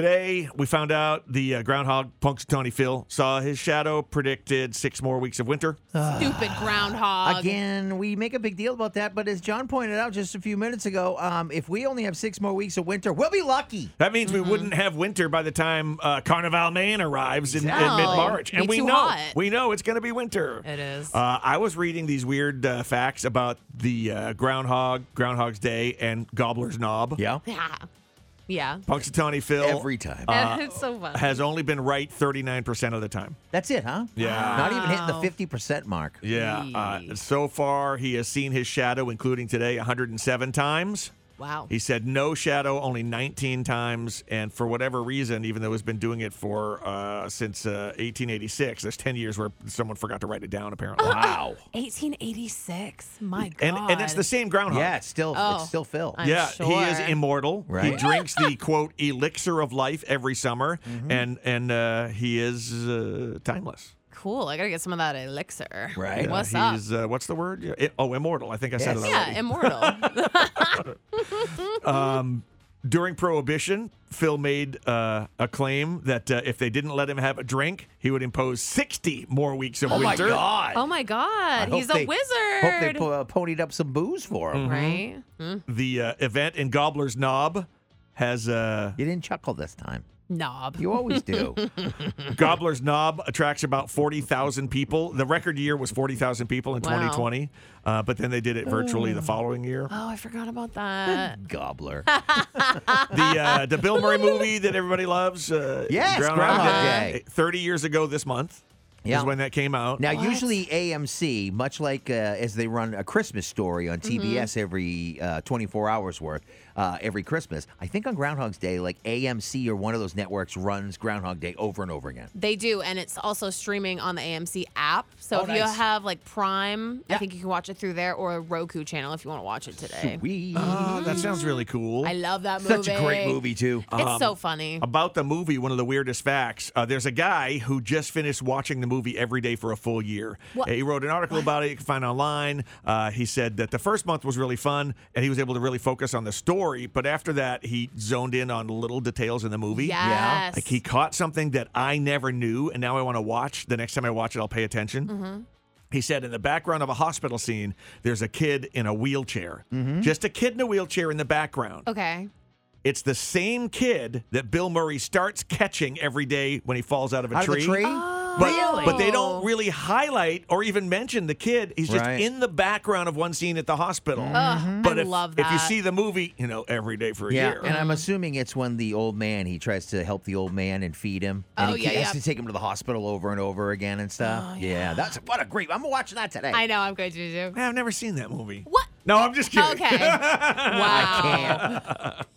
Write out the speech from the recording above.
Today, we found out the uh, groundhog Punxsutawney Phil saw his shadow, predicted six more weeks of winter. Stupid groundhog. Again, we make a big deal about that, but as John pointed out just a few minutes ago, um, if we only have six more weeks of winter, we'll be lucky. That means Mm-hmm. we wouldn't have winter by the time uh, Carnival Man arrives in, Exactly. mid March, Be and we too know hot. we know it's going to be winter. It is. Uh, I was reading these weird uh, facts about the uh, groundhog, Groundhog's Day, and Gobbler's Knob. Yeah. Yeah. Yeah. Punxsutawney Phil Every time. it's so funny. has only been right 39% of the time. That's it, huh? Yeah. Not even Wow. hitting the 50% mark. Yeah. Uh, Jeez. so far, he has seen his shadow, including today, 107 times. wow. He said no shadow only 19 times. And for whatever reason, even though he's been doing it for uh, since uh, 1886, there's 10 years where someone forgot to write it down, apparently. Wow. 1886. My God. And, and it's the same groundhog. Yeah, it's still Oh. it's still Phil. I'm yeah, he is sure. immortal. He Right. drinks the quote elixir of life every summer, Mm-hmm. and and uh, he is uh, timeless. cool. I gotta get some of that elixir. Right. Yeah, What's Yeah, up? he's, Uh, what's the word? Yeah, i- oh, immortal. I think I said it Yes. already. Yeah, immortal. During Prohibition, Phil made uh, a claim that uh, if they didn't let him have a drink, he would impose 60 more weeks of Oh my winter. God. oh my God. He's a Hope they- wizard. Hope they Mm-hmm. po- uh, ponied up some booze for him. right? Mm. The uh, event in Gobbler's Knob has uh, You didn't chuckle this time. Knob. You always do. Gobbler's Knob attracts about 40,000 people. The record year was 40,000 people in Wow. 2020, uh, but then they did it virtually Mm. the following year. Oh, I forgot about Hmm. that. Gobbler. The uh, the Bill Murray movie that everybody loves. Uh, Yes, Groundhog Day. 30 years ago this month Yeah. is when that came out. Now, What? usually AMC, much like uh, as they run a Christmas story on TBS every uh, 24 hours worth, uh, every Christmas, I think on Groundhog's Day, like AMC or one of those networks runs Groundhog Day over and over again. They do, and it's also streaming on the AMC app. So Oh, if you nice. have like Prime, I Yeah. think you can watch it through there or a Roku channel if you want to watch it today. We Oh, that sounds really cool. I love that movie. Such a great movie, Um, too. It's so funny. About the movie, one of the weirdest facts uh, there's a guy who just finished watching the movie every day for a full year. What? He wrote an article about it you can find online. Uh, he said that the first month was really fun and he was able to really focus on the story, but after that, he zoned in on little details in the movie. Yes. Like he caught something that I never knew, and now I want to watch. The next time I watch it, I'll pay attention. Mm-hmm. He said, in the background of a hospital scene, there's a kid in a wheelchair. Just a kid in a wheelchair in the background. okay. It's the same kid that Bill Murray starts catching every day when he falls out of a out tree. of the tree. Oh, But, Really? but they don't really highlight or even mention the kid. He's just Right. Mm-hmm. in the background of one scene at the hospital. Ugh, But I if, love if you that. see the movie, you know, every day for a yeah, year. and I'm assuming it's when the old man he tries to help the old man and feed him, and Oh, he yeah, has yeah. to take him to the hospital over and over again and stuff. yeah. that's what a great. I'm watching that today. I know. I'm going to do. Man, I've never seen that movie. What? No, I'm just kidding. Okay. wow. can't.